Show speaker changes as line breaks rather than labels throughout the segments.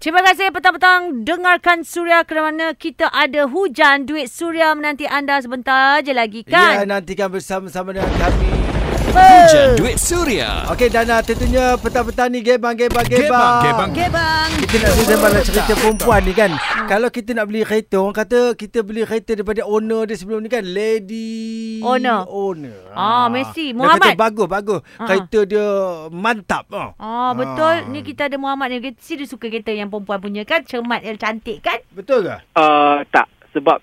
Terima kasih petang-petang dengarkan Suria kerana kita ada hujan duit Suria menanti anda sebentar je lagi
Ya,
kan.
nantikan bersama-sama dengan kami.
Hujan Duit Suria.
Okey, Dana, tentunya petang-petang ni gebang, gebang, gebang.
Gebang, gebang.
Okay bang.
Kita nak cerita pasal cerita perempuan ni kan. Kalau kita nak beli kereta, orang kata kita beli kereta daripada owner dia sebelum ni kan. Lady
Owner.
Owner.
Ah, Messi,
Dia
Muhammad.
kata bagus, bagus.
Ah.
Kereta dia mantap. Oh.
Oh betul ni kita ada Muhammad ni Mesti dia suka kereta yang perempuan punya kan Cermat yang cantik kan
Betul ke?
Uh, tak. Sebab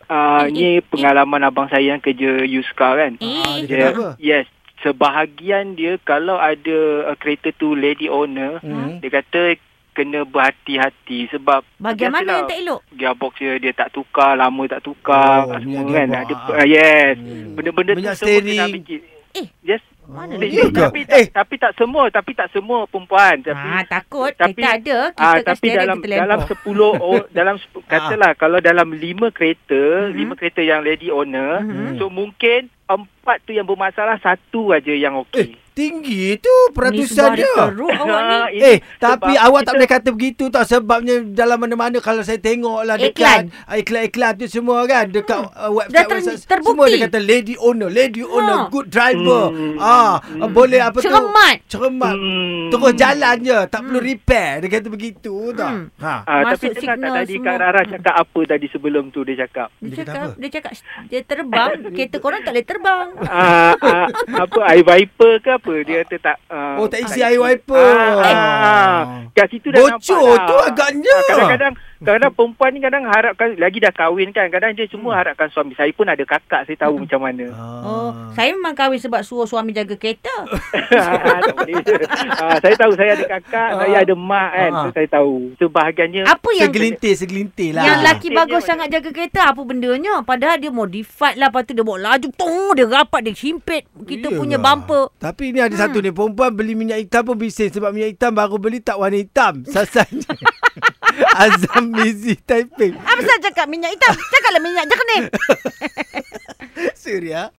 Eh,
uh, ni pengalaman abang saya yang kerja used car kan.
Ah,
Eh
dia kenapa?
yes. Sebahagian dia kalau ada uh, kereta tu lady owner,
Hmm.
dia kata kena berhati-hati sebab biasalah,
Bagaimana yang tak elok
gearbox dia dia tak tukar, lama tak tukar,
Oh,
oh,
minyak
semua kan.
gearbox,
Ada
ah.
uh, yes.
Hmm.
Benda-benda
Minyak
tu semua kena
steering.
fikir.
Eh,
Yes.
mana
Oh,
dia
ya ke?
tapi, tak,
Eh.
tapi tak semua, tapi tak semua perempuan. Tapi
Ah takut
tapi-
kita ada kita
Ah,
kat
tapi
steering,
dalam
kita lempar.
dalam 10 oh, dalam
Ah.
sep- katalah kalau dalam 5 kereta,
Mhm.
5 kereta yang lady owner,
Mhm.
so mungkin 4 tu yang bermasalah, satu aja yang
Eh,
okey.
tinggi tu peratusan
Ni
dia.
sebar teruk awak ni.
Ah,
Eh,
ini
tapi
sebab
awak tak
kita-
boleh kata begitu tau sebabnya dalam mana-mana kalau saya tengok lah dekat iklan. iklan-iklan tu semua kan dekat uh, website,
Dah ter-
website
Hmm. terbukti. Ha.
semua dia kata lady owner, lady owner, good driver.
Hmm.
Ah, boleh apa
Cermat.
tu? Cermat.
Hmm.
Terus jalan je, tak perlu repair. Dia kata begitu tau.
Hmm.
Ha.
Ah,
Masuk
tapi dengar tak
signal
tadi
semua.
Kak Rara cakap apa tadi sebelum tu dia cakap?
Dia
Dia
kata
cakap, dia cakap dia terbang, kereta korang tak boleh terbang.
Ah, ah, apa air wiper ke apa dia kata tak ah,
Oh, tak isi air wiper.
ah, ah. kat situ dah
Bocor
nampak
tu
dah.
agaknya.
Ah, kadang-kadang kadang perempuan ni kadang harapkan lagi dah kahwin kan kadang dia semua
Hmm.
harapkan suami saya pun ada kakak saya tahu macam mana
Ah.
Oh, saya memang kahwin sebab suruh suami jaga kereta.
Ah, tak boleh. Ah, saya tahu saya ada kakak
Ah.
saya ada mak kan
Ah.
so saya tahu so bahagiannya
Apa yang
Segelintir, segelintir lah.
yang laki
Dia
bagus
macam-
sangat jaga kereta apa bendanya? Padahal dia modified lah, lepas tu dia bawa laju, tung dia rapat dia himpit kita
Iyalah.
punya bumper.
Tapi ni ada hmm. satu ni Perempuan beli minyak hitam pun bising Sebab minyak hitam baru beli tak warna hitam Sasanya Azam Mizi Taiping
Apa salah cakap minyak hitam? Cakaplah minyak jernih.
Suria